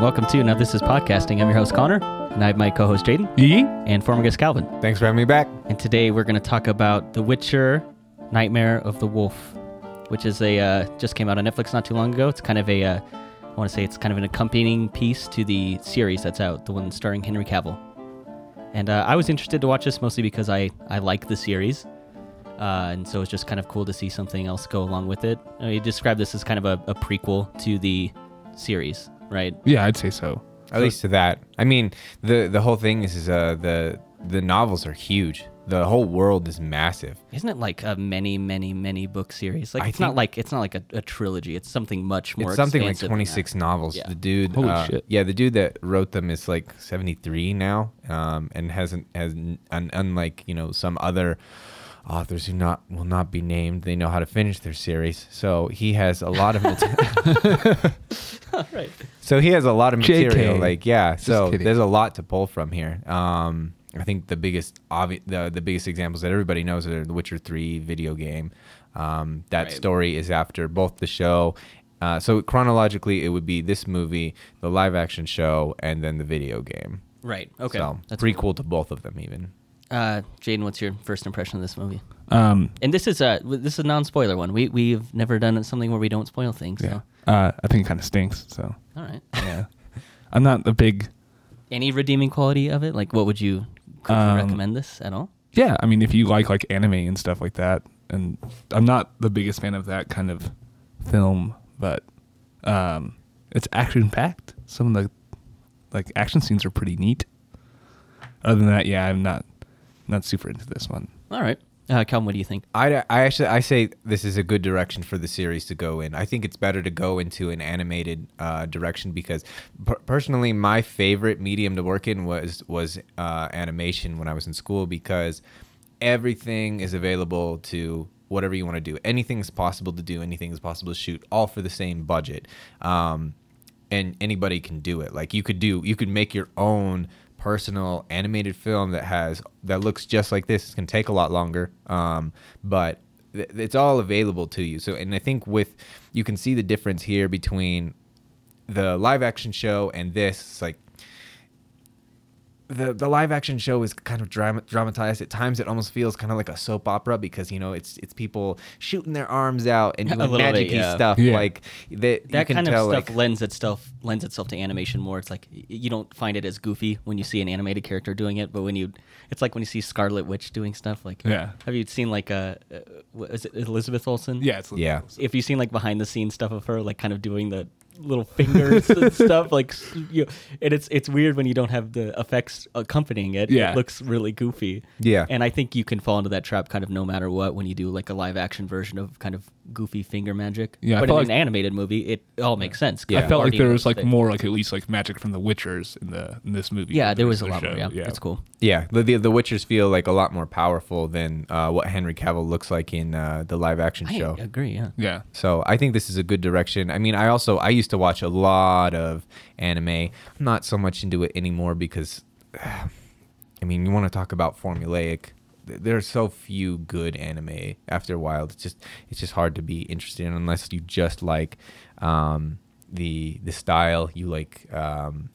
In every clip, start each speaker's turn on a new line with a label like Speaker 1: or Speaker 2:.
Speaker 1: welcome to Now This Is Podcasting. I'm your host, Connor, and I have my co host, Jaden,
Speaker 2: Yee.
Speaker 1: and former guest, Calvin.
Speaker 2: Thanks for having me back.
Speaker 1: And today we're going to talk about The Witcher Nightmare of the Wolf, which is a, uh, just came out on Netflix not too long ago. It's kind of a, uh, I want to say it's kind of an accompanying piece to the series that's out, the one starring Henry Cavill. And uh, I was interested to watch this mostly because I, I like the series. Uh, and so it's just kind of cool to see something else go along with it. Uh, you described this as kind of a, a prequel to the series, right?
Speaker 2: Yeah, I'd say so.
Speaker 3: At least to that. I mean, the the whole thing is, is uh the the novels are huge. The whole world is massive.
Speaker 1: Isn't it like a many, many, many book series? Like
Speaker 3: I
Speaker 1: it's not
Speaker 3: think-
Speaker 1: like it's not like a, a trilogy. It's something much more.
Speaker 3: it's something like
Speaker 1: expansive than that.
Speaker 3: 26 novels.
Speaker 1: Yeah.
Speaker 3: The dude,
Speaker 2: Holy
Speaker 3: uh,
Speaker 2: shit.
Speaker 3: yeah, the dude that wrote them is like 73 now, um, and hasn't has n- un, unlike you know some other authors who not will not be named. They know how to finish their series, so he has a lot of mat-
Speaker 1: right.
Speaker 3: so he has a lot of
Speaker 2: JK.
Speaker 3: material. Like yeah, so
Speaker 2: kidding.
Speaker 3: there's a lot to pull from here. Um, I think the biggest obvi- the, the biggest examples that everybody knows are the Witcher 3 video game. Um, that
Speaker 1: Right.
Speaker 3: story story is after both the show. Uh, so chronologically, it would be this movie, the live action show, and then the video game.
Speaker 1: Right. Okay.
Speaker 3: So
Speaker 1: That's
Speaker 3: pretty cool to both of them, even.
Speaker 1: Uh, Jaden, what's your first impression of this movie?
Speaker 2: Um,
Speaker 1: And this is a this is a non spoiler one. We we've never done something where we don't spoil things.
Speaker 2: yeah.
Speaker 1: So.
Speaker 2: Uh, I think it kind of stinks. So,
Speaker 1: All right.
Speaker 2: yeah. I'm not a big.
Speaker 1: Any redeeming quality of it? Like, what would you could you
Speaker 2: Um,
Speaker 1: recommend this at all?
Speaker 2: Yeah, I mean, if you like like anime and stuff like that, and I'm not the biggest fan of that kind of film, but um, it's action packed. Some of the like action scenes are pretty neat. Other than that, yeah, I'm not not super into this one.
Speaker 1: All right. Uh, Calvin, what do you think?
Speaker 3: I, I actually I say this is a good direction for the series to go in. I think it's better to go into an animated uh, direction because per- personally, my favorite medium to work in was was uh, animation when I was in school because everything is available to whatever you want to do. Anything is possible to do. Anything is possible to shoot. All for the same budget. Um, and anybody can do it. Like you could do, you could make your own personal animated film that has that looks just like this. It's gonna take a lot longer, um, but th- it's all available to you. So, and I think with you can see the difference here between the live action show and this. It's like the the live action show is kind of drama, dramatized at times. It almost feels kind of like a soap opera because you know it's it's people shooting their arms out and
Speaker 1: A
Speaker 3: doing
Speaker 1: little bit,
Speaker 3: magic-y
Speaker 1: yeah.
Speaker 3: stuff
Speaker 2: Yeah.
Speaker 3: like that. you
Speaker 1: That
Speaker 3: can
Speaker 1: kind of
Speaker 3: tell,
Speaker 1: stuff
Speaker 3: like,
Speaker 1: lends itself lends itself to animation more. It's like y- you don't find it as goofy when you see an animated character doing it, but when you, it's like when you see Scarlet Witch doing stuff. Like,
Speaker 2: Yeah.
Speaker 1: have you seen like a, uh, what is it Elizabeth Olsen?
Speaker 2: Yeah, it's
Speaker 3: Yeah.
Speaker 1: If you've seen like behind the scenes stuff of her, like kind of doing the little fingers and stuff, like s- you, and it's it's weird when you don't have the effects accompanying it.
Speaker 2: Yeah.
Speaker 1: It looks really goofy.
Speaker 3: Yeah.
Speaker 1: And I think you can fall into that trap kind of no matter what when you do like a live action version of kind of goofy finger magic.
Speaker 2: Yeah, I
Speaker 1: But in
Speaker 2: felt
Speaker 1: an
Speaker 2: like-
Speaker 1: animated movie, it all makes sense. 'cause
Speaker 2: I felt like
Speaker 1: already
Speaker 2: there
Speaker 1: knows
Speaker 2: was like
Speaker 1: that-
Speaker 2: more like at least like magic from the Witchers in the in this movie.
Speaker 1: Yeah,
Speaker 2: than
Speaker 1: there was
Speaker 2: is
Speaker 1: a
Speaker 2: in the
Speaker 1: lot more.
Speaker 2: show.
Speaker 1: Yeah, that's cool.
Speaker 3: Yeah, the, the the Witchers feel like a lot more powerful than uh, what Henry Cavill looks like in uh, the live action
Speaker 1: I
Speaker 3: show.
Speaker 1: agree. Yeah.
Speaker 2: Yeah.
Speaker 3: So I think this is a good direction. I mean, I also I used to watch a lot of anime. I'm not so much into it anymore because, I mean, you want to talk about formulaic. th- There are so few good anime. After a while, it's just it's just hard to be interested in unless you just like um, the the style. You like um,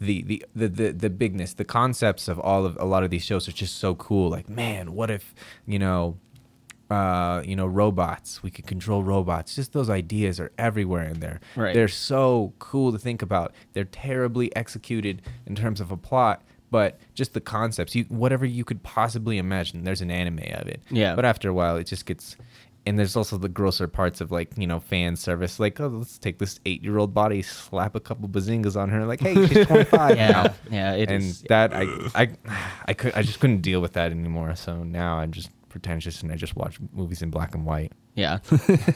Speaker 3: the, the the the the bigness, the concepts of all of a lot of these shows are just so cool. Like, man, what if you know, uh, you know, robots? We could control robots. Just those ideas are everywhere in there.
Speaker 1: Right.
Speaker 3: They're so cool to think about. They're terribly executed in terms of a plot, but just the concepts, you whatever you could possibly imagine. There's an anime of it.
Speaker 1: Yeah.
Speaker 3: But after a while, it just gets. And there's also the grosser parts of like you know fan service, like oh let's take this eight year old body, slap a couple bazingas on her, like hey she's twenty five
Speaker 1: Yeah.
Speaker 3: now
Speaker 1: Yeah. It
Speaker 3: and
Speaker 1: is-
Speaker 3: that I I I could I just couldn't deal with that anymore. So now I'm just pretentious and I just watch movies in black and white.
Speaker 1: Yeah,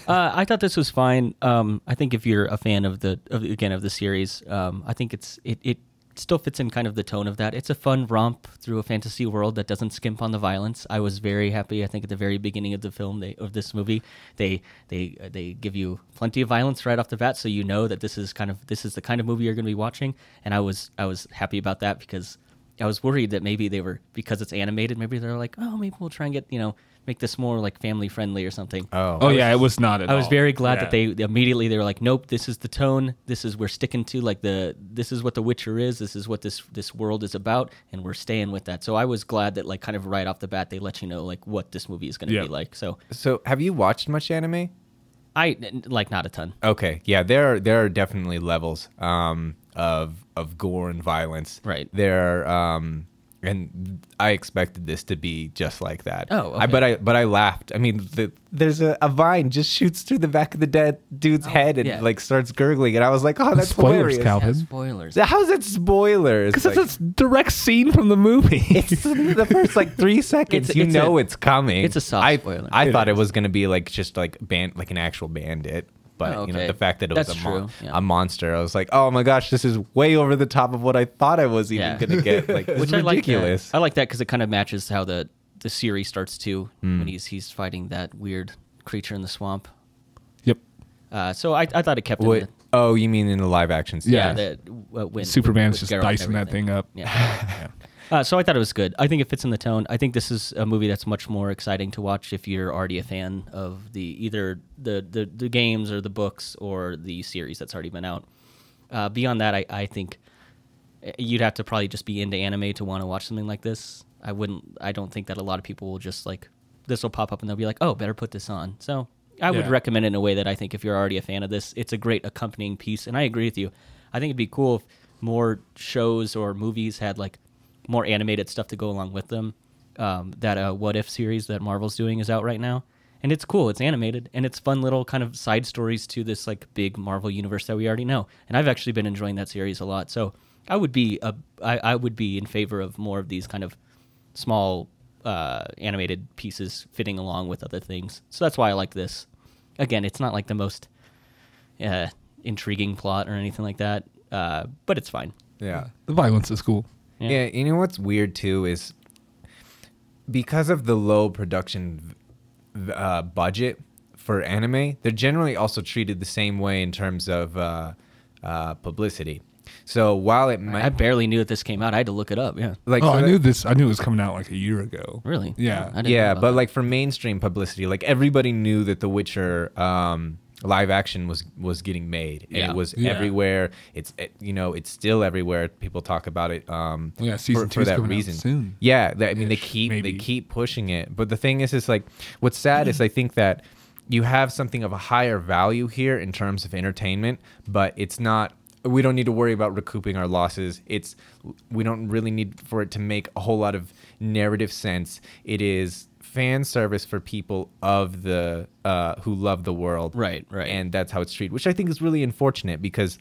Speaker 1: uh, I thought this was fine. Um, I think if you're a fan of the of, again of the series, um, I think it's it, it still fits in kind of the tone of that. It's a fun romp through a fantasy world that doesn't skimp on the violence. I was very happy. I think at the very beginning of the film they, of this movie, they they uh, they give you plenty of violence right off the bat, so you know that this is kind of this is the kind of movie you're going to be watching. And I was I was happy about that because I was worried that maybe they were because it's animated. Maybe they're like, oh, maybe we'll try and get you know make this more like family friendly or something.
Speaker 3: Oh,
Speaker 2: Oh yeah, it was not. At
Speaker 1: I was
Speaker 2: all.
Speaker 1: very glad
Speaker 2: Yeah.
Speaker 1: that they they immediately they were like, nope, this is the tone. This is we're sticking to like the this is what The Witcher is. This is what this this world is about, and we're staying with that. So I was glad that like kind of right off the bat they let you know like what this movie is going to
Speaker 2: Yeah.
Speaker 1: be like. So
Speaker 3: So, have you watched much anime?
Speaker 1: I n- like not a ton.
Speaker 3: Okay, yeah, there are there are definitely levels um, of of gore and violence.
Speaker 1: Right.
Speaker 3: there, are, um, and I expected this to be just like that.
Speaker 1: Oh,
Speaker 3: I,
Speaker 1: okay.
Speaker 3: but I but I laughed. I mean, the, there's a, a vine just shoots through the back of the dead dude's head and
Speaker 1: Oh, yeah.
Speaker 3: like starts gurgling, and I was like, oh, that's
Speaker 2: Spoilers,
Speaker 3: hilarious.
Speaker 2: Calvin.
Speaker 1: spoilers.
Speaker 3: How's that spoilers?
Speaker 2: Because
Speaker 3: Like,
Speaker 2: it's a direct scene from the movie.
Speaker 3: it's in the first like three seconds.
Speaker 1: It's-
Speaker 3: you
Speaker 1: it's
Speaker 3: know
Speaker 1: a-
Speaker 3: it's coming.
Speaker 1: it's a soft
Speaker 3: I,
Speaker 1: spoiler.
Speaker 3: I
Speaker 2: It
Speaker 3: thought it
Speaker 2: is.
Speaker 3: was gonna be like just like band like an actual bandit. But
Speaker 1: Oh,
Speaker 3: you know
Speaker 1: okay.
Speaker 3: the fact that it was
Speaker 1: That's
Speaker 3: a, mon-
Speaker 1: true, yeah.
Speaker 3: a monster, I was like, oh my gosh, this is way over the top of what I thought I was even
Speaker 1: Yeah.
Speaker 3: gonna get. Like, this
Speaker 1: Which
Speaker 3: is
Speaker 1: I like. That.
Speaker 3: ridiculous.
Speaker 1: I like that because it kind of matches how the the series starts too
Speaker 2: Hmm.
Speaker 1: when he's he's fighting that weird creature in the swamp.
Speaker 2: yep.
Speaker 1: Uh, so I, I thought it kept it.
Speaker 3: Wait, oh, you mean in the live action? series.
Speaker 1: yeah,
Speaker 2: Yeah.
Speaker 1: the, uh, when,
Speaker 2: Superman's
Speaker 1: with
Speaker 2: just
Speaker 1: Geralt and
Speaker 2: dicing that
Speaker 1: everything.
Speaker 2: thing up.
Speaker 1: Yeah. Uh, so I thought it was good. I think it fits in the tone. I think this is a movie that's much more exciting to watch if you're already a fan of the either the the, the games or the books or the series that's already been out. Uh, beyond that, I, I think uh, you'd have to probably just be into anime to want to watch something like this. I wouldn't. I don't think that a lot of people will just like this will pop up and they'll be like, oh, better put this on. So I would recommend
Speaker 2: Yeah.
Speaker 1: recommend it in a way that I think if you're already a fan of this, it's a great accompanying piece. And I agree with you. I think it'd be cool if more shows or movies had like more animated stuff to go along with them. Um, that uh, What If series that Marvel's doing is out right now. And it's cool. It's animated and it's fun little kind of side stories to this like big Marvel universe that we already know. And I've actually been enjoying that series a lot. So I would be a, I, I would be in favor of more of these kind of small uh, animated pieces fitting along with other things. So that's why I like this. Again, it's not like the most uh, intriguing plot or anything like that, uh, but it's fine.
Speaker 3: yeah.
Speaker 2: The violence is cool.
Speaker 1: Yeah.
Speaker 3: Yeah. you know what's weird too is because of the low production v- uh, budget for anime, they're generally also treated the same way in terms of uh, uh, publicity. So while it might
Speaker 1: I barely knew that this came out. I had to look it up. Yeah,
Speaker 3: like
Speaker 2: oh,
Speaker 3: so
Speaker 2: I
Speaker 3: that-
Speaker 2: knew this. I knew it was coming out like a year ago.
Speaker 1: really.
Speaker 2: Yeah.
Speaker 1: I didn't know
Speaker 3: yeah,
Speaker 1: about
Speaker 3: but
Speaker 1: that.
Speaker 3: like for mainstream publicity, like everybody knew that The Witcher um, live action was was getting made, and
Speaker 1: Yeah.
Speaker 3: it was
Speaker 2: Yeah.
Speaker 3: everywhere. It's it, you know it's still everywhere. People talk about it. Um,
Speaker 2: Yeah, season two's coming out soon.
Speaker 3: Yeah, that- I mean they
Speaker 2: Ish,
Speaker 3: keep they
Speaker 2: maybe.
Speaker 3: keep pushing it, but the thing is, is like what's sad is I think that you have something of a higher value here in terms of entertainment, but it's not. We don't need to worry about recouping our losses. It's we don't really need for it to make a whole lot of narrative sense. It is fan service for people of the uh, who love the world,
Speaker 1: Right, right.
Speaker 3: and that's how it's treated, which I think is really unfortunate because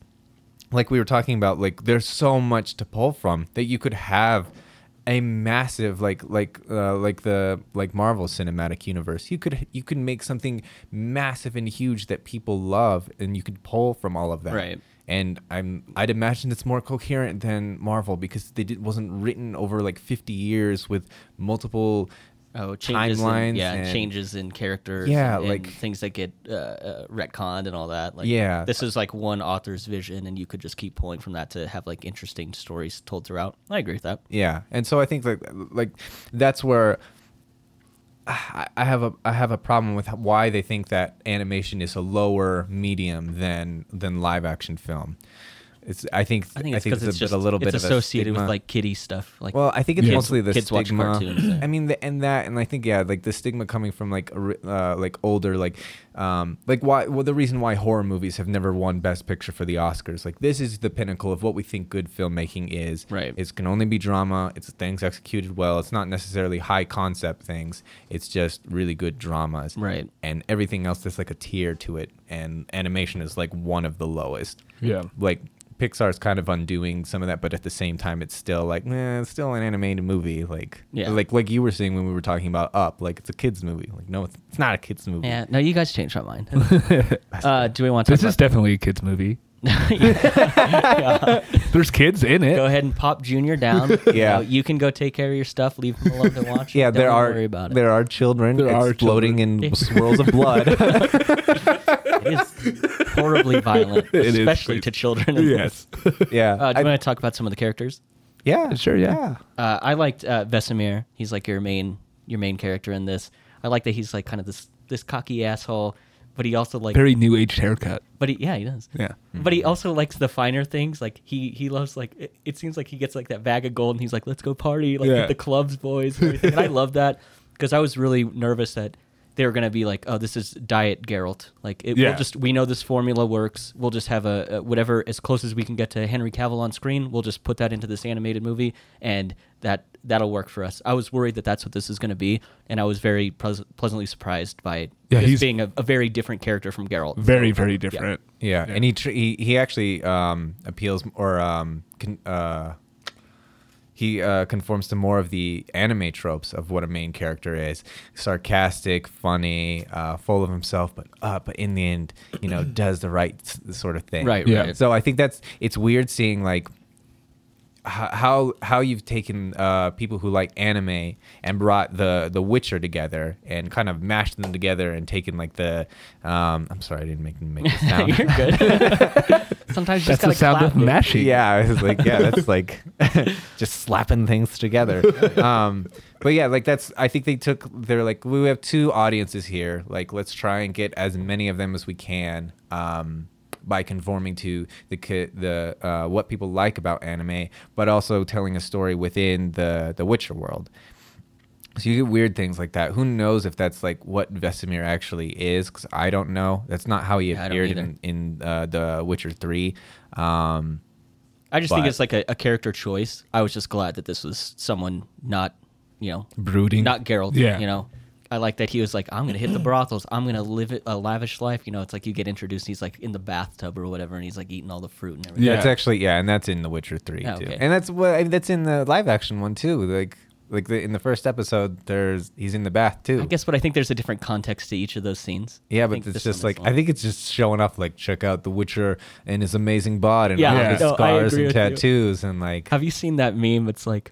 Speaker 3: like we were talking about like there's so much to pull from that you could have a massive like like uh, like the like Marvel Cinematic Universe. You could you could make something massive and huge that people love and you could pull from all of that.
Speaker 1: Right.
Speaker 3: And I'm I'd imagine it's more coherent than Marvel because they did, wasn't written over like 50 years with multiple
Speaker 1: oh, changes
Speaker 3: timelines
Speaker 1: in, yeah,
Speaker 3: and-
Speaker 1: changes in characters.
Speaker 3: Yeah,
Speaker 1: and, and
Speaker 3: like-
Speaker 1: things that get uh, uh, retconned and all that. Like,
Speaker 3: Yeah.
Speaker 1: this is like one author's vision, and you could just keep pulling from that to have like interesting stories told throughout. I agree with that.
Speaker 3: Yeah, and so I think like like that's where I I have a I have a problem with why they think that animation is a lower medium than than live action film. It's I think
Speaker 1: I think it's
Speaker 3: it's
Speaker 1: because
Speaker 3: a,
Speaker 1: it's,
Speaker 3: bit-
Speaker 1: just
Speaker 3: a little bit
Speaker 1: it's
Speaker 3: of a
Speaker 1: associated with
Speaker 3: stigma.
Speaker 1: like kiddie stuff. Like,
Speaker 3: Well, I think it's
Speaker 2: Kids-
Speaker 3: mostly the
Speaker 1: kids watch
Speaker 3: stigma.
Speaker 1: cartoons.
Speaker 3: I mean, the, and that, and I think yeah, like the stigma coming from like ori- uh, like older, like um, like why well the reason why horror movies have never won Best Picture for the Oscars. Like this is the pinnacle of what we think good filmmaking is.
Speaker 1: Right.
Speaker 3: It can only be drama. It's things executed well. It's not necessarily high concept things. It's just really good dramas.
Speaker 1: Right.
Speaker 3: And everything else there's like a tier to it, and animation is like one of the lowest
Speaker 2: Yeah.
Speaker 3: like Pixar's kind of undoing some of that, but at the same time, it's still like, eh, it's still an animated movie. Like,
Speaker 1: Yeah.
Speaker 3: like, like you were saying when we were talking about Up, like it's a kids movie. Like, no, it's, it's not a kids movie.
Speaker 1: yeah, no, you guys changed my mind. uh, do we want to?
Speaker 2: This is definitely a kids movie. There's kids in it.
Speaker 1: go ahead and pop Junior down. You
Speaker 3: Yeah.
Speaker 1: know, you, can go take care of your stuff. Leave him alone to watch.
Speaker 3: Yeah,
Speaker 1: Don't
Speaker 3: there are
Speaker 1: worry about
Speaker 3: there are children
Speaker 2: There are
Speaker 3: exploding in
Speaker 1: children.
Speaker 3: swirls of blood.
Speaker 1: it. It is horribly violent,
Speaker 2: It is
Speaker 1: especially
Speaker 2: crazy.
Speaker 1: to children.
Speaker 2: Yes.
Speaker 3: yeah,
Speaker 1: Uh, do
Speaker 3: I-
Speaker 1: you want to talk about some of the characters?
Speaker 3: Yeah,
Speaker 2: Sure, yeah.
Speaker 1: Uh, I liked uh, Vesemir. He's like your main your main character in this. I like that he's like kind of this this cocky asshole, but he also like
Speaker 2: Very new age haircut.
Speaker 1: but he yeah he does
Speaker 2: Yeah.
Speaker 1: But he also likes the finer things. Like he he loves like it, it seems like he gets like that bag of gold and he's like, let's go party like
Speaker 2: Yeah.
Speaker 1: with the clubs boys. And, everything. and I love that because I was really nervous that they were gonna be like, oh, this is diet Geralt. Like it,
Speaker 2: Yeah.
Speaker 1: we'll just we know this formula works. We'll just have a, a whatever as close as we can get to Henry Cavill on screen. We'll just put that into this animated movie and that that'll work for us. I was worried that that's what this is gonna be, and I was very pleas- pleasantly surprised by it.
Speaker 2: Yeah,
Speaker 1: just
Speaker 2: he's-
Speaker 1: being a, a very different character from Geralt.
Speaker 2: Very, very different.
Speaker 3: Yeah, and he, tr- he he actually um, appeals or um, con- uh, he uh, conforms to more of the anime tropes of what a main character is: sarcastic, funny, uh, full of himself, but uh, but in the end, you know, does the right s- sort of thing.
Speaker 1: Right,
Speaker 2: Yeah.
Speaker 1: right.
Speaker 3: So I think that's it's weird seeing like h- how how you've taken uh, people who like anime and brought the the Witcher together and kind of mashed them together and taken like the um, I'm sorry I didn't make make this sound.
Speaker 1: You're good. Sometimes you
Speaker 2: That's
Speaker 1: just
Speaker 2: the
Speaker 1: gotta
Speaker 2: sound
Speaker 1: clap
Speaker 2: of
Speaker 1: it.
Speaker 2: mashing.
Speaker 3: Yeah, I was like, yeah, that's like just slapping things together. Um, but yeah, like that's. I think they took. They're like, we have two audiences here. Like, let's try and get as many of them as we can um, by conforming to the ki- the uh, what people like about anime, but also telling a story within the the Witcher world. So you get weird things like that. Who knows if that's like what Vesemir actually is? Because I don't know. That's not how he
Speaker 1: Yeah, I don't
Speaker 3: appeared
Speaker 1: either.
Speaker 3: in, in uh, the Witcher Three. Um,
Speaker 1: I just think
Speaker 3: But-
Speaker 1: it's like a, a character choice. I was just glad that this was someone not, you know,
Speaker 2: Brooding.
Speaker 1: not Geralt.
Speaker 2: Yeah.
Speaker 1: You know, I like that he was like, I'm gonna hit the brothels. I'm gonna live it- a lavish life. You know, it's like you get introduced. He's like in the bathtub or whatever, and he's like eating all the fruit and everything.
Speaker 2: Yeah.
Speaker 3: That's actually yeah, and that's in The Witcher Three
Speaker 1: Oh,
Speaker 3: too,
Speaker 1: okay.
Speaker 3: and that's what I mean, that's in the live action one too. Like like the, in the first episode, there's he's in the bath too.
Speaker 1: I guess, but I think there's a different context to each of those scenes.
Speaker 3: yeah,
Speaker 1: I
Speaker 3: but
Speaker 1: think
Speaker 3: it's
Speaker 1: this
Speaker 3: just
Speaker 1: one
Speaker 3: like
Speaker 1: is
Speaker 3: I think it's just showing off. Like check out The Witcher and his amazing bod and
Speaker 1: Yeah,
Speaker 3: all
Speaker 2: I
Speaker 3: his
Speaker 2: know,
Speaker 1: I
Speaker 3: scars
Speaker 1: agree
Speaker 3: and
Speaker 1: with you.
Speaker 3: tattoos and like
Speaker 1: Have you seen that meme? It's like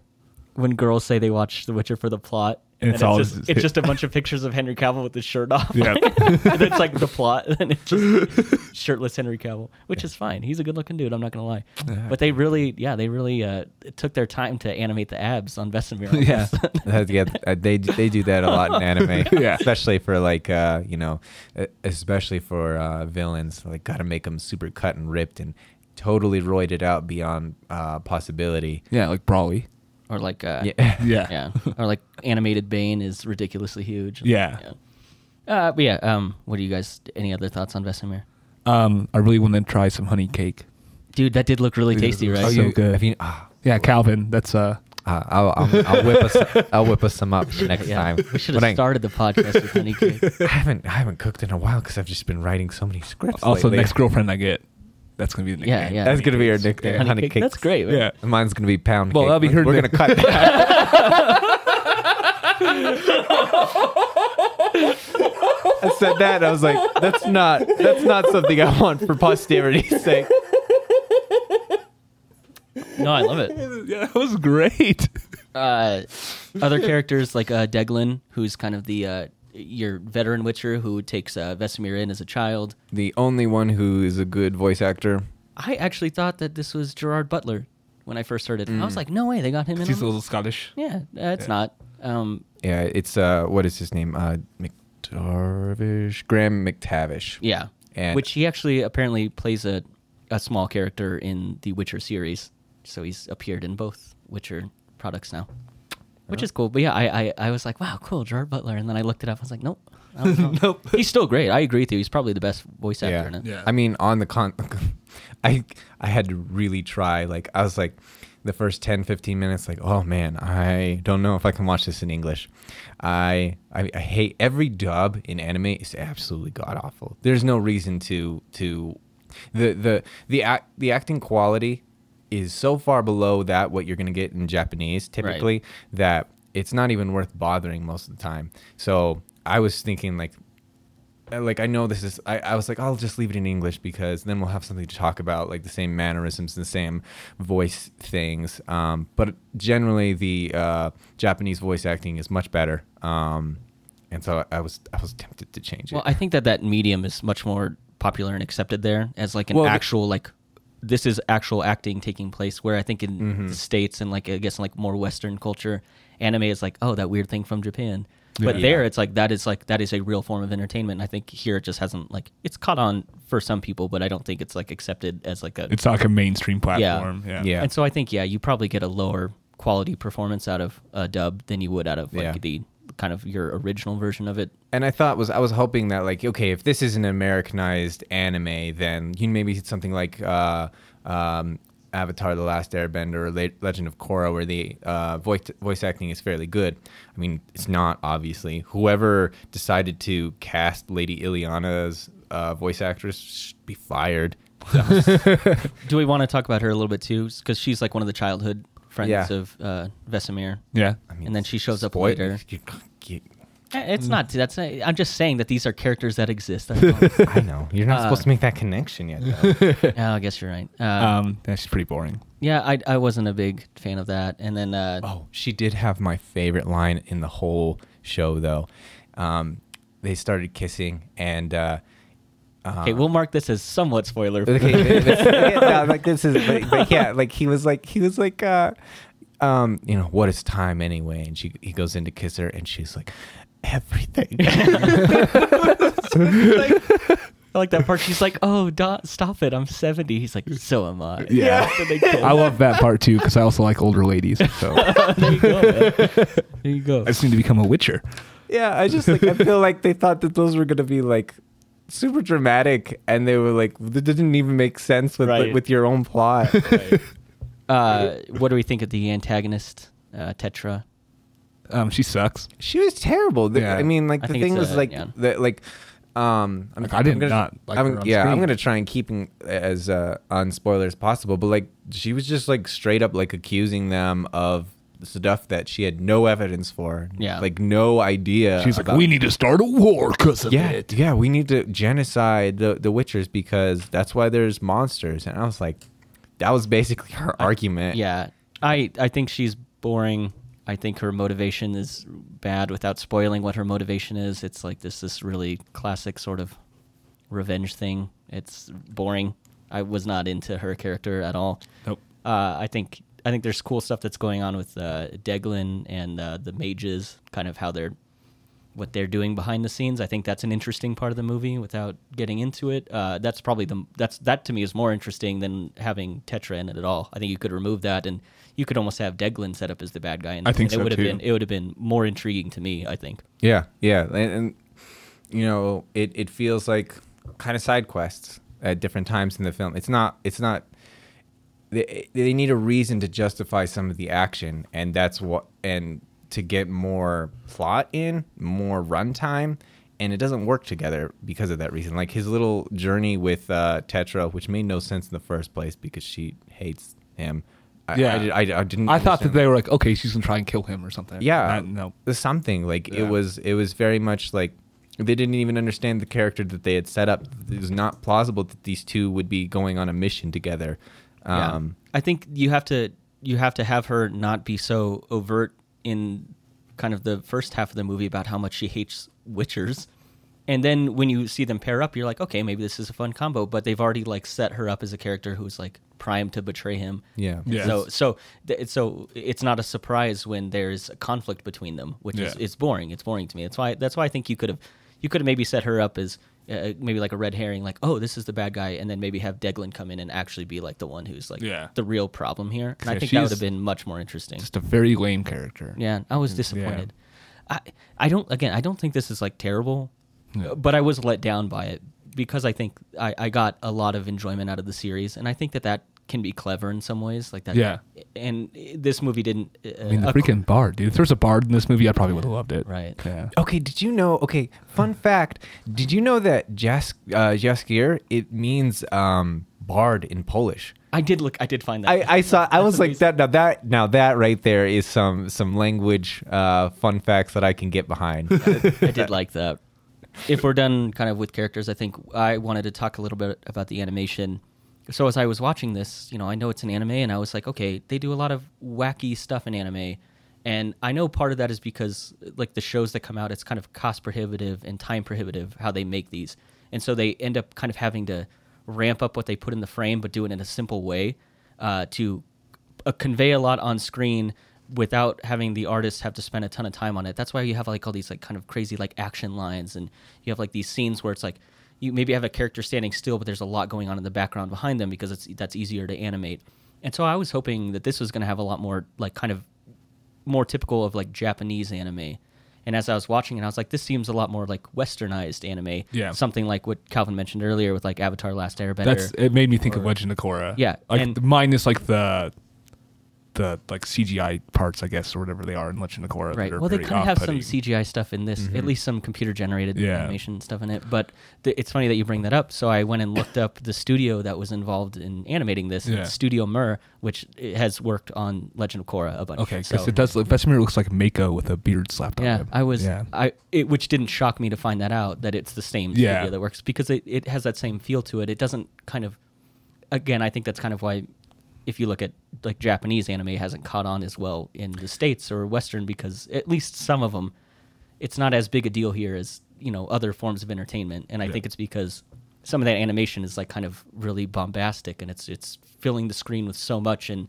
Speaker 1: when girls say they watch The Witcher for the plot. And
Speaker 2: It's
Speaker 1: then
Speaker 2: all-
Speaker 1: it's, just, it's just a bunch of pictures of Henry Cavill with his shirt off.
Speaker 2: Yeah.
Speaker 1: and it's like the plot, and it's just shirtless Henry Cavill, which is fine. He's a good-looking dude. I'm not gonna lie. But they really, yeah, they really uh, took their time to animate the abs on Vesemir. on
Speaker 2: Yeah.
Speaker 1: this.
Speaker 3: That- yeah, uh, they they do that a lot in anime,
Speaker 2: Yeah.
Speaker 3: especially for like uh, you know, uh, especially for uh, villains. Like, gotta make them super cut and ripped and totally roided out beyond uh, possibility.
Speaker 2: Yeah, like Brawly.
Speaker 1: or like, uh,
Speaker 3: Yeah,
Speaker 2: Yeah.
Speaker 1: yeah, or like animated Bane is ridiculously huge.
Speaker 2: Yeah.
Speaker 1: Uh, but yeah, um, what do you guys? Any other thoughts on Vesemir?
Speaker 2: Um, I really want to try some honey cake.
Speaker 1: Dude, that did look really
Speaker 2: Dude, it
Speaker 1: tasty,
Speaker 2: looks
Speaker 1: right?
Speaker 2: so
Speaker 3: you,
Speaker 2: good.
Speaker 3: Have you, ah,
Speaker 2: Yeah, Calvin. That's uh
Speaker 3: Uh, I'll, I'll, I'll whip us. I'll whip us some up next
Speaker 1: Yeah.
Speaker 3: time.
Speaker 1: We should
Speaker 3: But
Speaker 1: have
Speaker 3: I-
Speaker 1: started the podcast with honey cake.
Speaker 3: I haven't. I haven't cooked in a while because I've just been writing so many scripts.
Speaker 2: also
Speaker 3: lately.
Speaker 2: next girlfriend I get. That's gonna be the
Speaker 1: Yeah,
Speaker 2: nickname.
Speaker 1: yeah.
Speaker 3: That's gonna be our
Speaker 2: Honey
Speaker 3: nickname.
Speaker 2: cakes.
Speaker 3: Honey cakes.
Speaker 1: That's great. man.
Speaker 2: Yeah.
Speaker 3: Mine's gonna be pound.
Speaker 2: Well,
Speaker 3: cake.
Speaker 2: that'll be her
Speaker 3: We're
Speaker 2: nick-
Speaker 3: gonna cut that. I said that. and I was like, that's not. That's not something I want for posterity's sake.
Speaker 1: No, I love it.
Speaker 2: Yeah, that was great.
Speaker 1: Uh, other characters like uh, Deglin, who's kind of the uh, your veteran Witcher who takes uh, Vesemir in as a child.
Speaker 3: The only one who is a good voice actor.
Speaker 1: I actually thought that this was Gerard Butler when I first heard it.
Speaker 3: Mm.
Speaker 1: I was like, no way, they got him in.
Speaker 2: He's a
Speaker 1: on-
Speaker 2: little Scottish.
Speaker 1: Yeah, uh, it's not. Um,
Speaker 3: Yeah, it's uh, what is his name? Uh, McTavish, Graham McTavish.
Speaker 1: yeah,
Speaker 3: And-
Speaker 1: which he actually apparently plays a a small character in the Witcher series, so he's appeared in both Witcher products now. Which is cool, but yeah, I, I, I was like, wow, cool, Gerard Butler, and then I looked it up. I was like, nope, I don't know.
Speaker 2: Nope.
Speaker 1: He's still great. I agree with you. He's probably the best voice actor in it.
Speaker 2: Yeah.
Speaker 3: I mean, on the con, I I had to really try. Like, I was like, the first 10, 15 minutes, like, oh man, I don't know if I can watch this in English. I I, I hate every dub in anime is absolutely god awful. There's no reason to to the the the act, the acting quality is so far below that what you're gonna get in Japanese typically that it's not even worth bothering most of the time. So I was thinking like uh, like I know this is I, I was like I'll just leave it in English because then we'll have something to talk about like the same mannerisms and the same voice things um, but generally the uh, Japanese voice acting is much better um, and so I was I was tempted to change it
Speaker 1: Well, I think that that medium is much more popular and accepted there as like an
Speaker 3: Well, the-
Speaker 1: actual like this is actual acting taking place. Where I think in the states and like I guess in like more Western culture, anime is like oh that weird thing from Japan. But
Speaker 2: Yeah.
Speaker 1: there, it's like that is like that is a real form of entertainment. And I think here it just hasn't like it's caught on for some people, but I don't think it's like accepted as like a
Speaker 2: It's not like a mainstream platform.
Speaker 1: Yeah.
Speaker 2: Yeah.
Speaker 3: Yeah.
Speaker 1: And so I think, yeah, you probably get a lower quality performance out of a dub than you would out of like
Speaker 3: Yeah.
Speaker 1: the kind of your original version of it.
Speaker 3: and I thought was I was hoping that like okay if this is an Americanized anime then you know, maybe it's something like uh, um, Avatar: The Last Airbender or Le- Legend of Korra where the uh, voice voice acting is fairly good. I mean it's not obviously. Whoever decided to cast Lady Ileana's uh, voice actress should be fired.
Speaker 1: Do we want to talk about her a little bit too? Because she's like one of the childhood friends
Speaker 3: Yeah.
Speaker 1: of uh, Vesemir.
Speaker 2: Yeah.
Speaker 3: I mean,
Speaker 1: And then she shows up
Speaker 3: spoil-
Speaker 1: later.
Speaker 3: you-
Speaker 1: Eh,
Speaker 3: Mm.
Speaker 1: It's not. That's. Not, I'm just saying that these are characters that exist. I, don't-
Speaker 3: I know you're
Speaker 1: Uh,
Speaker 3: not supposed to make that connection yet. Though.
Speaker 1: Oh, I guess you're right. Uh,
Speaker 2: Um, yeah, she's pretty boring.
Speaker 1: yeah, I, I wasn't a big fan of that. And then uh,
Speaker 3: Oh, she did have my favorite line in the whole show, though. Um, they started kissing, and uh,
Speaker 1: okay, we'll mark this as somewhat spoiler.
Speaker 3: okay, th- this, yeah, no, like this is, but, but yeah, like he was like he was like, uh, um, you know, what is time anyway? And she he goes in to kiss her, and she's like, everything.
Speaker 1: I like that part. She's like, "Oh, da- stop it! I'm 70." He's like, "So am I."
Speaker 2: Yeah.
Speaker 1: And they kill
Speaker 2: I love that part too because I also like older ladies. So I
Speaker 1: there you go. man. There you go.
Speaker 2: just need to become a witcher.
Speaker 3: yeah, I just like I feel like they thought that those were gonna be like super dramatic, and they were like, that didn't even make sense with
Speaker 1: Right.
Speaker 3: with your own plot.
Speaker 1: Uh, what do we think of the antagonist, uh, Tetra?
Speaker 2: Um, she sucks.
Speaker 3: She was terrible. The-
Speaker 2: Yeah.
Speaker 3: I mean, like
Speaker 1: I
Speaker 3: the
Speaker 1: think
Speaker 3: thing
Speaker 1: it's
Speaker 3: was
Speaker 1: a-
Speaker 3: like
Speaker 1: yeah.
Speaker 3: the, like um I'm,
Speaker 2: Like, I did
Speaker 3: I'm gonna,
Speaker 2: not like
Speaker 3: I'm,
Speaker 2: her on
Speaker 3: yeah, I'm
Speaker 2: screen.
Speaker 3: gonna try and keep in- as uh on spoiler as possible, but like she was just like straight up like accusing them of stuff that she had no evidence for.
Speaker 1: Yeah.
Speaker 3: Like no idea.
Speaker 2: She's like,
Speaker 3: about-
Speaker 2: we need to start a war because of
Speaker 3: yeah,
Speaker 2: it.
Speaker 3: yeah, we need to genocide the the witchers because that's why there's monsters. And I was like, that was basically her argument.
Speaker 1: Yeah, I I think she's boring. I think her motivation is bad. Without spoiling what her motivation is, it's like this this really classic sort of revenge thing. It's boring. I was not into her character at all.
Speaker 2: Nope.
Speaker 1: Uh, I think I think there's cool stuff that's going on with uh, Deglin and uh, the mages, kind of how they're what they're doing behind the scenes. I think that's an interesting part of the movie without getting into it. Uh, that's probably the that's that to me is more interesting than having Tetra in it at all. I think you could remove that and you could almost have Deglin set up as the bad guy. And
Speaker 2: I
Speaker 1: and
Speaker 2: think
Speaker 1: it
Speaker 2: so,
Speaker 1: would have
Speaker 2: too.
Speaker 1: been it would have been more intriguing to me. I think.
Speaker 3: Yeah, yeah, and, and you know, it, it feels like kind of side quests at different times in the film. It's not. It's not. They, they need a reason to justify some of the action, and that's what and to get more plot in, more runtime, and it doesn't work together because of that reason. Like his little journey with uh, Tetra, which made no sense in the first place because she hates him. I,
Speaker 2: Yeah.
Speaker 3: I, did- I, I didn't.
Speaker 2: I thought
Speaker 3: understand
Speaker 2: that they were like, okay, she's gonna try and kill him or something.
Speaker 3: yeah
Speaker 2: Not- no.
Speaker 3: there's something like
Speaker 2: Yeah.
Speaker 3: it was it was very much like they didn't even understand the character that they had set up it was not plausible that these two would be going on a mission together um
Speaker 1: I think you have to you have to have her not be so overt in kind of the first half of the movie about how much she hates witchers. And then when you see them pair up, you're like, okay, maybe this is a fun combo. But they've already like set her up as a character who's like primed to betray him.
Speaker 3: Yeah.
Speaker 1: And
Speaker 2: Yes.
Speaker 1: So so th- so it's not a surprise when there's a conflict between them, which is
Speaker 2: Yeah.
Speaker 1: it's boring. It's boring to me. That's why that's why I think you could have you could have maybe set her up as uh, maybe like a red herring, like oh this is the bad guy, and then maybe have Deglin come in and actually be like the one who's like
Speaker 2: Yeah.
Speaker 1: the real problem here. And I
Speaker 2: Yeah,
Speaker 1: think that would have
Speaker 2: she's-
Speaker 1: been much more interesting.
Speaker 2: Just a very lame character.
Speaker 1: yeah, I
Speaker 2: Mm,
Speaker 1: was disappointed. I I don't again I don't think this is like terrible,
Speaker 2: Yeah.
Speaker 1: but I was let down by it because I think I, I got a lot of enjoyment out of the series, and I think that that can be clever in some ways like that.
Speaker 2: Yeah.
Speaker 1: and this movie didn't. Uh,
Speaker 2: I mean, the freaking bard, dude. If there was a bard in this movie, I probably would have loved it.
Speaker 1: Right.
Speaker 2: Yeah.
Speaker 3: okay did you know okay fun fact did you know that jas uh jaskier it means um bard in polish
Speaker 1: I did look. I did find that.
Speaker 3: I, I saw I was like
Speaker 1: amazing.
Speaker 3: that now that now that right there is some some language uh, fun facts that I can get behind.
Speaker 1: I did like that. If we're done kind of with characters, I think I wanted to talk a little bit about the animation. So as I was watching this, you know, I know it's an anime and I was like, okay, they do a lot of wacky stuff in anime. And I know part of that is because like the shows that come out, it's kind of cost prohibitive and time prohibitive how they make these. And so they end up kind of having to ramp up what they put in the frame, but do it in a simple way uh, to uh, convey a lot on screen without having the artist have to spend a ton of time on it. That's why you have like all these like kind of crazy like action lines, and you have like these scenes where it's like you maybe have a character standing still, but there's a lot going on in the background behind them because it's that's easier to animate. And so I was hoping that this was going to have a lot more like kind of more typical of like Japanese anime. And as I was watching it, I was like, this seems a lot more like westernized anime.
Speaker 2: Yeah.
Speaker 1: Something like what Calvin mentioned earlier with like Avatar Last Airbender.
Speaker 2: That's it. Made me think of Legend of Korra.
Speaker 1: Yeah,
Speaker 2: like
Speaker 1: and-
Speaker 2: the, minus like the the like CGI parts, I guess, or whatever they are in Legend of Korra. that
Speaker 1: right.
Speaker 2: are
Speaker 1: Well, they
Speaker 2: very
Speaker 1: kind of have some
Speaker 2: off-putting. Mm-hmm.
Speaker 1: CGI stuff in this, at least some computer generated
Speaker 2: Yeah.
Speaker 1: animation stuff in it. But th- it's funny that you bring that up. So I went and looked up the studio that was involved in animating this, and it's
Speaker 2: Yeah.
Speaker 1: Studio Mur, which it has worked on Legend of Korra a bunch.
Speaker 2: Okay, because
Speaker 1: so
Speaker 2: it does. Look, Vesemir looks like Mako with a beard slapped on
Speaker 1: Yeah,
Speaker 2: him.
Speaker 1: I was.
Speaker 2: Yeah.
Speaker 1: I it, which didn't shock me to find that out that it's the same
Speaker 2: Yeah.
Speaker 1: studio that works because it, it has that same feel to it. It doesn't kind of. Again, I think that's kind of why, if you look at like Japanese anime, it hasn't caught on as well in the states or Western because at least some of them, it's not as big a deal here as you know other forms of entertainment, and I
Speaker 2: Yeah.
Speaker 1: think it's because some of that animation is like kind of really bombastic and it's it's filling the screen with so much and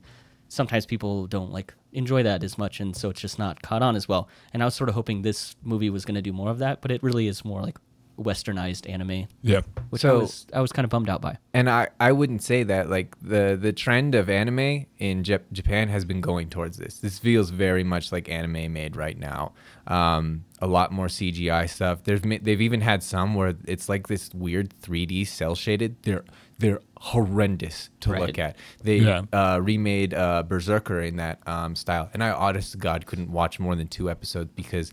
Speaker 1: sometimes people don't like enjoy that as much and so it's just not caught on as well and i was sort of hoping this movie was going to do more of that but it really is more like westernized anime
Speaker 2: yeah.
Speaker 1: which I,
Speaker 3: So-
Speaker 1: was, I was kind of bummed out by
Speaker 3: and I, I wouldn't say that like the the trend of anime in Jap- Japan has been going towards this. This feels very much like anime made right now. Um, a lot more CGI stuff. There's ma- they've even had some where it's like this weird 3D cell shaded. They're they're horrendous to
Speaker 1: Right.
Speaker 3: look at. They
Speaker 2: Yeah.
Speaker 3: uh, remade uh, Berserker in that um, style, and I honest to God couldn't watch more than two episodes because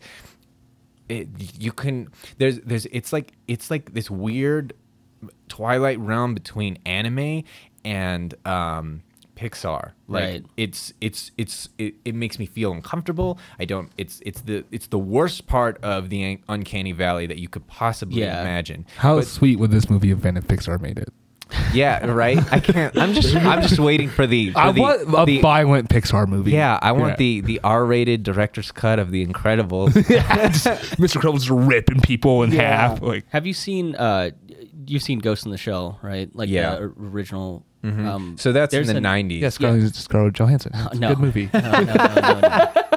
Speaker 3: it, you can there's there's it's like it's like this weird twilight realm between anime and um pixar like
Speaker 1: Right.
Speaker 3: it's it's it's it, it makes me feel uncomfortable i don't it's it's the it's the worst part of the un- uncanny valley that you could possibly
Speaker 1: Yeah.
Speaker 3: imagine
Speaker 2: How
Speaker 3: But-
Speaker 2: sweet would this movie have been if Pixar made it?
Speaker 3: yeah right i can't i'm just i'm just waiting for the for
Speaker 2: I
Speaker 3: the-
Speaker 2: want a
Speaker 3: the-
Speaker 2: violent Pixar movie.
Speaker 3: yeah i want
Speaker 2: Yeah.
Speaker 3: the the r-rated director's cut of the incredibles
Speaker 2: Just Mr. Krabs just ripping people in half. Like
Speaker 1: have you seen uh you've seen ghost in the shell right like
Speaker 3: Yeah. Mm-hmm.
Speaker 1: the original um
Speaker 3: so that's in
Speaker 1: there's
Speaker 3: the
Speaker 1: an-
Speaker 3: 90s
Speaker 2: yeah, Scarlett, Scarlett Johansson. It's a
Speaker 1: no.
Speaker 2: good movie.
Speaker 1: No, no, no, no, no.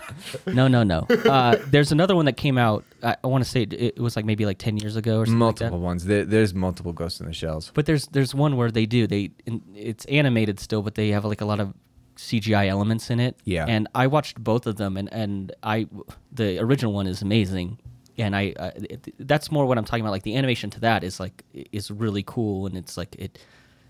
Speaker 1: no, no, no. Uh, there's another one that came out. I, I want to say it, it was like maybe like ten years ago or something
Speaker 3: multiple
Speaker 1: like that.
Speaker 3: ones there, there's multiple ghosts in the shells
Speaker 1: But there's there's one where they do they in- it's animated still, but they have like a lot of CGI elements in it.
Speaker 3: Yeah.
Speaker 1: And I watched both of them, and and I the original one is amazing, and I, I it, that's more what I'm talking about. Like the animation to that is like is really cool, and it's like it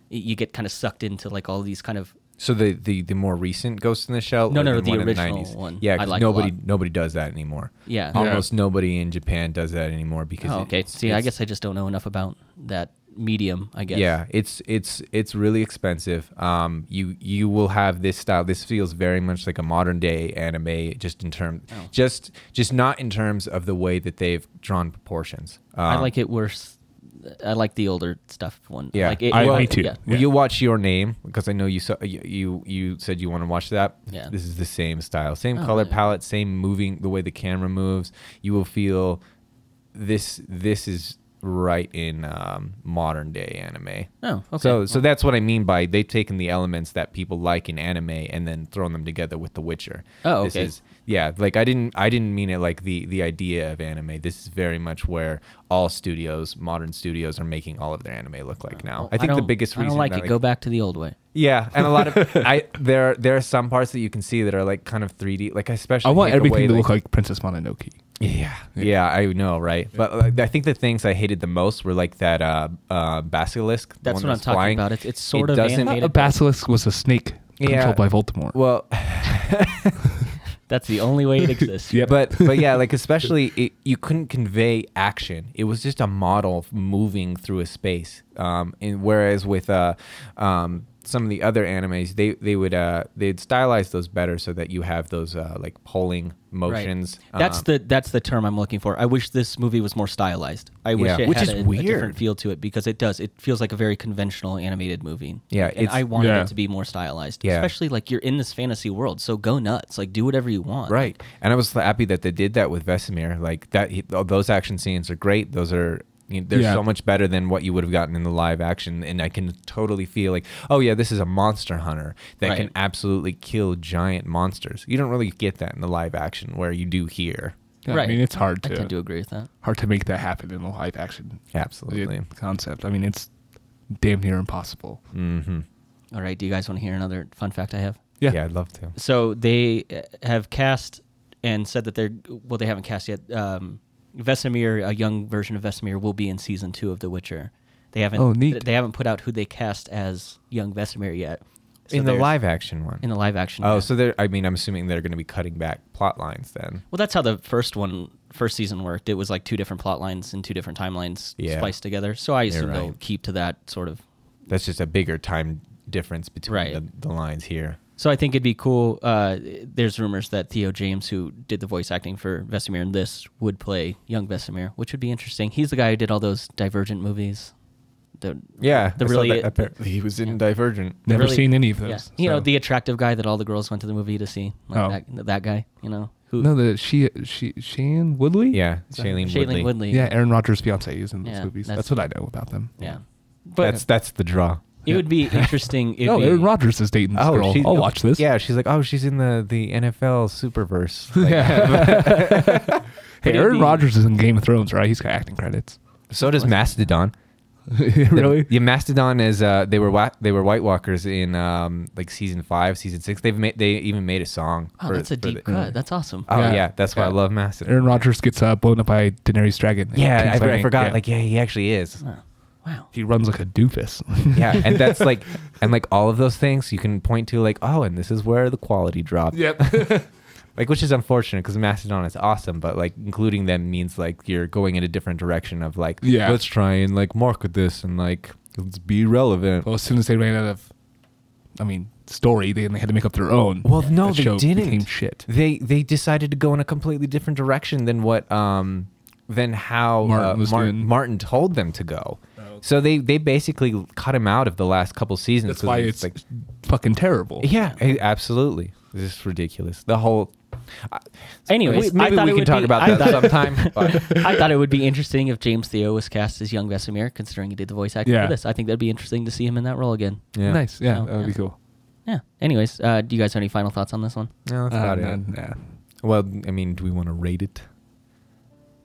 Speaker 1: you get kind of sucked into like all these kind of
Speaker 3: So the the, the more recent Ghost in the Shell,
Speaker 1: No,
Speaker 3: or
Speaker 1: no, no, the
Speaker 3: one in
Speaker 1: original
Speaker 3: 90s?
Speaker 1: one.
Speaker 3: Yeah,
Speaker 1: I
Speaker 3: 'cause
Speaker 1: like a
Speaker 3: nobody
Speaker 1: lot.
Speaker 3: nobody does that anymore.
Speaker 1: Yeah.
Speaker 3: almost nobody in Japan does that anymore because
Speaker 1: Oh,
Speaker 3: it-
Speaker 1: okay.
Speaker 3: it's-
Speaker 1: See, I
Speaker 3: it's-
Speaker 1: guess I just don't know enough about that medium. I guess.
Speaker 3: yeah, it's it's it's really expensive. Um, you you will have this style. This feels very much like a modern day anime, just in terms,
Speaker 1: Oh.
Speaker 3: just just not in terms of the way that they've drawn proportions. Um,
Speaker 1: I like it worse. I like the older stuff one.
Speaker 3: Yeah.
Speaker 1: like it,
Speaker 2: I-
Speaker 1: well,
Speaker 2: me too.
Speaker 1: Yeah.
Speaker 3: Will
Speaker 2: Yeah.
Speaker 3: you watch Your Name? Because I know you saw you you, you said you want to watch that.
Speaker 1: Yeah.
Speaker 3: This is the same style, same
Speaker 1: Oh,
Speaker 3: color
Speaker 1: yeah.
Speaker 3: palette, same moving, the way the camera moves. You will feel this. This is right in um, modern day anime.
Speaker 1: Oh, okay.
Speaker 3: So so that's what I mean by they've taken the elements that people like in anime and then thrown them together with The Witcher.
Speaker 1: Oh,
Speaker 3: This
Speaker 1: okay.
Speaker 3: is- yeah, like I didn't I didn't mean it like the the idea of anime. This is very much where all studios, modern studios, are making all of their anime look like now.
Speaker 1: Uh, Well,
Speaker 3: I think the
Speaker 1: don't-
Speaker 3: biggest reason
Speaker 1: I don't like
Speaker 3: that,
Speaker 1: it. Go back to the old way.
Speaker 3: Yeah, and a lot of I there there are some parts that you can see that are like kind of 3D. Like I especially
Speaker 2: I want
Speaker 3: take
Speaker 2: everything
Speaker 3: away,
Speaker 2: to look like Princess Mononoke.
Speaker 3: yeah, yeah, I know, right? But like, I think the things I hated the most were like that uh, uh, basilisk. the
Speaker 1: That's
Speaker 3: one
Speaker 1: what I'm talking
Speaker 3: flying.
Speaker 1: about. It's- it's sort
Speaker 3: it
Speaker 1: of
Speaker 3: doesn't-
Speaker 1: animated.
Speaker 2: A Uh, basilisk was a snake
Speaker 3: Yeah.
Speaker 2: controlled by Voldemort.
Speaker 3: Well,
Speaker 1: That's the only way it exists.
Speaker 2: Yep.
Speaker 3: but but yeah, like especially it, you couldn't convey action. It was just a model f- moving through a space. Um, and whereas with uh, um, some of the other animes, they they would uh, they'd stylize those better so that you have those uh, like pulling
Speaker 1: Right.
Speaker 3: motions.
Speaker 1: That's
Speaker 3: um,
Speaker 1: the that's the term I'm looking for. I wish this movie was more stylized. I wish
Speaker 3: Yeah.
Speaker 1: it
Speaker 3: Which
Speaker 1: had
Speaker 3: is
Speaker 1: a, a
Speaker 3: weird.
Speaker 1: different feel to it because it does. It feels like a very conventional animated movie.
Speaker 3: Yeah,
Speaker 1: and
Speaker 3: it's-
Speaker 1: I wanted
Speaker 2: Yeah.
Speaker 1: it to be more stylized.
Speaker 3: Yeah.
Speaker 1: especially like you're in this fantasy world, so go nuts. Like do whatever you want.
Speaker 3: Right. And I was happy that they did that with Vesemir. Like that, he, those action scenes are great. Those are You know, they're
Speaker 2: Yeah.
Speaker 3: so much better than what you would have gotten in the live action, and I can totally feel like, oh yeah, this is a monster hunter that
Speaker 1: Right.
Speaker 3: can absolutely kill giant monsters. You don't really get that in the live action, where you do here.
Speaker 2: Yeah, I
Speaker 1: Right.
Speaker 2: mean, it's hard
Speaker 1: I
Speaker 2: to
Speaker 1: tend to agree with that.
Speaker 2: hard to make that happen in a live action uh,
Speaker 3: Absolutely.
Speaker 2: concept. I mean, it's damn near impossible.
Speaker 3: Mm-hmm.
Speaker 1: All right. Do you guys want to hear another fun fact I have?
Speaker 2: Yeah.
Speaker 3: yeah, I'd love to.
Speaker 1: So they uh, have cast and said that they're well, they haven't cast yet. Um, Vesemir, a young version of Vesemir, will be in season two of The Witcher. They haven't.
Speaker 2: Oh, neat.
Speaker 1: th- They haven't put out who they cast as young Vesemir yet. So
Speaker 3: in the
Speaker 1: there's-
Speaker 3: live action one.
Speaker 1: In the live action.
Speaker 3: oh,
Speaker 1: yeah.
Speaker 3: so they're. I mean, I'm assuming they're going to be cutting back plot lines then.
Speaker 1: Well, that's how the first one, first season worked. It was like two different plot lines and two different timelines
Speaker 3: Yeah.
Speaker 1: spliced together. So I
Speaker 3: You're
Speaker 1: assume they'll
Speaker 3: right.
Speaker 1: keep to that sort of.
Speaker 3: That's just a bigger time difference between
Speaker 1: Right.
Speaker 3: the, the lines here.
Speaker 1: So I think it'd be cool. Uh, there's rumors that Theo James, who did the voice acting for Vesemir in this, would play young Vesemir, which would be interesting. He's the guy who did all those Divergent movies. The,
Speaker 3: Yeah,
Speaker 1: the
Speaker 3: I saw
Speaker 1: really
Speaker 3: that apparently he was in Divergent.
Speaker 1: the
Speaker 2: Never
Speaker 1: really-
Speaker 2: seen any of those.
Speaker 1: yeah. You know
Speaker 2: so-
Speaker 1: the attractive guy that all the girls went to the movie to see, like
Speaker 2: Oh.
Speaker 1: that, that guy. You know who?
Speaker 2: no, the she she Shane Woodley.
Speaker 3: Yeah,
Speaker 2: Sorry.
Speaker 3: Shailene,
Speaker 1: Shailene Woodley.
Speaker 3: Woodley.
Speaker 2: Yeah, Aaron Rodgers' fiance is in those
Speaker 1: Yeah,
Speaker 2: movies.
Speaker 1: that's-
Speaker 2: That's, what I know about them.
Speaker 1: Yeah. But
Speaker 3: That's that's the draw.
Speaker 1: it would be interesting. If
Speaker 2: Oh,
Speaker 1: he-
Speaker 2: Aaron Rodgers is dating this girl. I'll watch this.
Speaker 3: Yeah, Oh, she's like, oh, she's in the the NFL Superverse. Like,
Speaker 2: Hey,
Speaker 1: it'd
Speaker 2: Aaron
Speaker 1: be-
Speaker 2: Rodgers is in Game of Thrones, right? He's got acting credits.
Speaker 3: So does Mastodon.
Speaker 2: really?
Speaker 3: Yeah, Mastodon is uh they were wa- they were White Walkers in um like season five, season six. They've made they even made a song.
Speaker 1: Oh,
Speaker 3: for-
Speaker 1: that's a
Speaker 3: for
Speaker 1: deep
Speaker 3: the-
Speaker 1: cut. That's awesome.
Speaker 3: Oh
Speaker 2: Yeah.
Speaker 3: yeah, that's why I
Speaker 2: Yeah.
Speaker 3: love Mastodon.
Speaker 2: Aaron Rodgers gets uh, blown up by Daenerys Dragon. in
Speaker 3: Yeah,
Speaker 2: King's
Speaker 3: I, I
Speaker 2: Landing.
Speaker 3: forgot.
Speaker 2: Yeah.
Speaker 3: Like, yeah, he actually is.
Speaker 1: Oh, wow.
Speaker 2: he runs like a doofus.
Speaker 3: yeah, and that's like, and like all of those things you can point to, like, oh, and this is where the quality dropped.
Speaker 2: yep.
Speaker 3: Like, which is unfortunate because Mastodon is awesome, but like including them means like you're going in a different direction of like,
Speaker 2: Yeah.
Speaker 3: let's try and like market this and like let's be relevant.
Speaker 2: Well, as soon as they ran out of, I mean, story, then they had to make up their own.
Speaker 3: Well, no,
Speaker 2: That
Speaker 3: they
Speaker 2: show
Speaker 3: didn't.
Speaker 2: Became shit.
Speaker 3: They they decided to go in a completely different direction than what um than how
Speaker 2: Martin
Speaker 3: uh,
Speaker 2: was
Speaker 3: Martin,
Speaker 2: doing. Oh,
Speaker 3: Martin told them to go. So they they basically cut him out of the last couple seasons.
Speaker 2: That's
Speaker 3: 'cause
Speaker 2: why
Speaker 3: it was,
Speaker 2: it's fucking terrible.
Speaker 3: Yeah, a- absolutely. This is ridiculous. The whole. I-
Speaker 1: Anyways,
Speaker 3: we- maybe
Speaker 1: I thought
Speaker 3: we
Speaker 1: it
Speaker 3: can
Speaker 1: would
Speaker 3: talk
Speaker 1: be-
Speaker 3: about
Speaker 1: I
Speaker 3: that
Speaker 1: thought-
Speaker 3: sometime. but-
Speaker 1: I thought it would be interesting if James Theo was cast as young Vesemir, considering he did the voice acting
Speaker 2: Yeah.
Speaker 1: for this. I think that'd be interesting to see him in that role again.
Speaker 3: yeah.
Speaker 2: Nice. Yeah,
Speaker 1: Oh,
Speaker 2: that would
Speaker 1: yeah.
Speaker 2: be cool.
Speaker 1: Yeah. Anyways, uh, do you guys have any final thoughts on this one?
Speaker 3: No, that's
Speaker 2: Uh,
Speaker 3: about
Speaker 2: nah,
Speaker 3: it.
Speaker 2: nah.
Speaker 3: Well, I mean, do we want to rate it?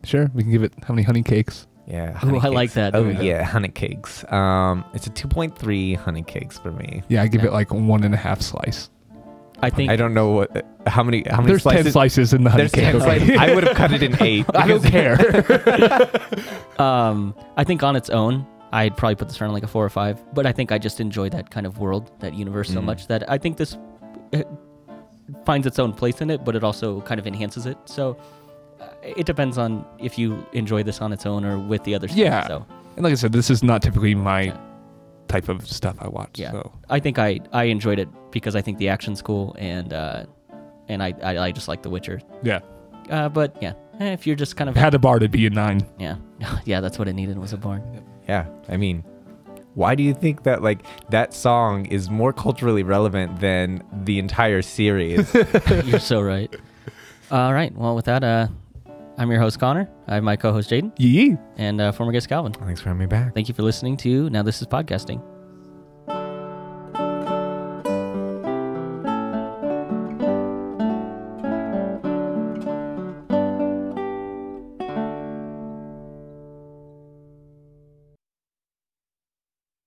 Speaker 2: Sure, we can give it how many honey cakes?
Speaker 3: Yeah.
Speaker 1: Ooh,
Speaker 3: honey
Speaker 1: I like
Speaker 3: cakes.
Speaker 1: that.
Speaker 3: Oh
Speaker 1: Yeah.
Speaker 3: yeah, honey cakes. Um, it's a two point three honey cakes for me.
Speaker 2: Yeah, I give
Speaker 1: Yeah.
Speaker 2: it like one and a half slice.
Speaker 1: I think
Speaker 3: I don't know what uh, how many how many
Speaker 2: There's
Speaker 3: slices.
Speaker 2: ten slices in the honey
Speaker 3: There's
Speaker 2: cake.
Speaker 3: ten
Speaker 2: okay?
Speaker 3: slices. I would have cut it in eight.
Speaker 2: I don't
Speaker 3: because-
Speaker 2: care.
Speaker 1: um, I think on its own, I'd probably put this around like a four or five. But I think I just enjoy that kind of world, that universe so
Speaker 3: Mm.
Speaker 1: much that I think this uh finds its own place in it, but it also kind of enhances it. So uh, it depends on if you enjoy this on its own or with the other stuff.
Speaker 2: Yeah.
Speaker 1: So
Speaker 2: and like I said, this is not typically my
Speaker 1: Yeah.
Speaker 2: type of stuff I watch.
Speaker 1: Yeah.
Speaker 2: So.
Speaker 1: I think I, I enjoyed it because I think the action's cool and uh, and I, I I just like The Witcher.
Speaker 2: Yeah.
Speaker 1: Uh, but yeah, eh, if you're just kind of
Speaker 2: Had a bar to be a nine.
Speaker 1: yeah yeah that's what it needed was a barn.
Speaker 3: Yeah, I mean, why do you think that like that song is more culturally relevant than the entire series?
Speaker 1: You're so right. All right. Well, with that, uh, I'm your host Connor. I have my co-host Jaden
Speaker 2: Yee.
Speaker 1: and uh, former guest Calvin.
Speaker 3: Thanks for having me back.
Speaker 1: Thank you for listening to Now This Is Podcasting.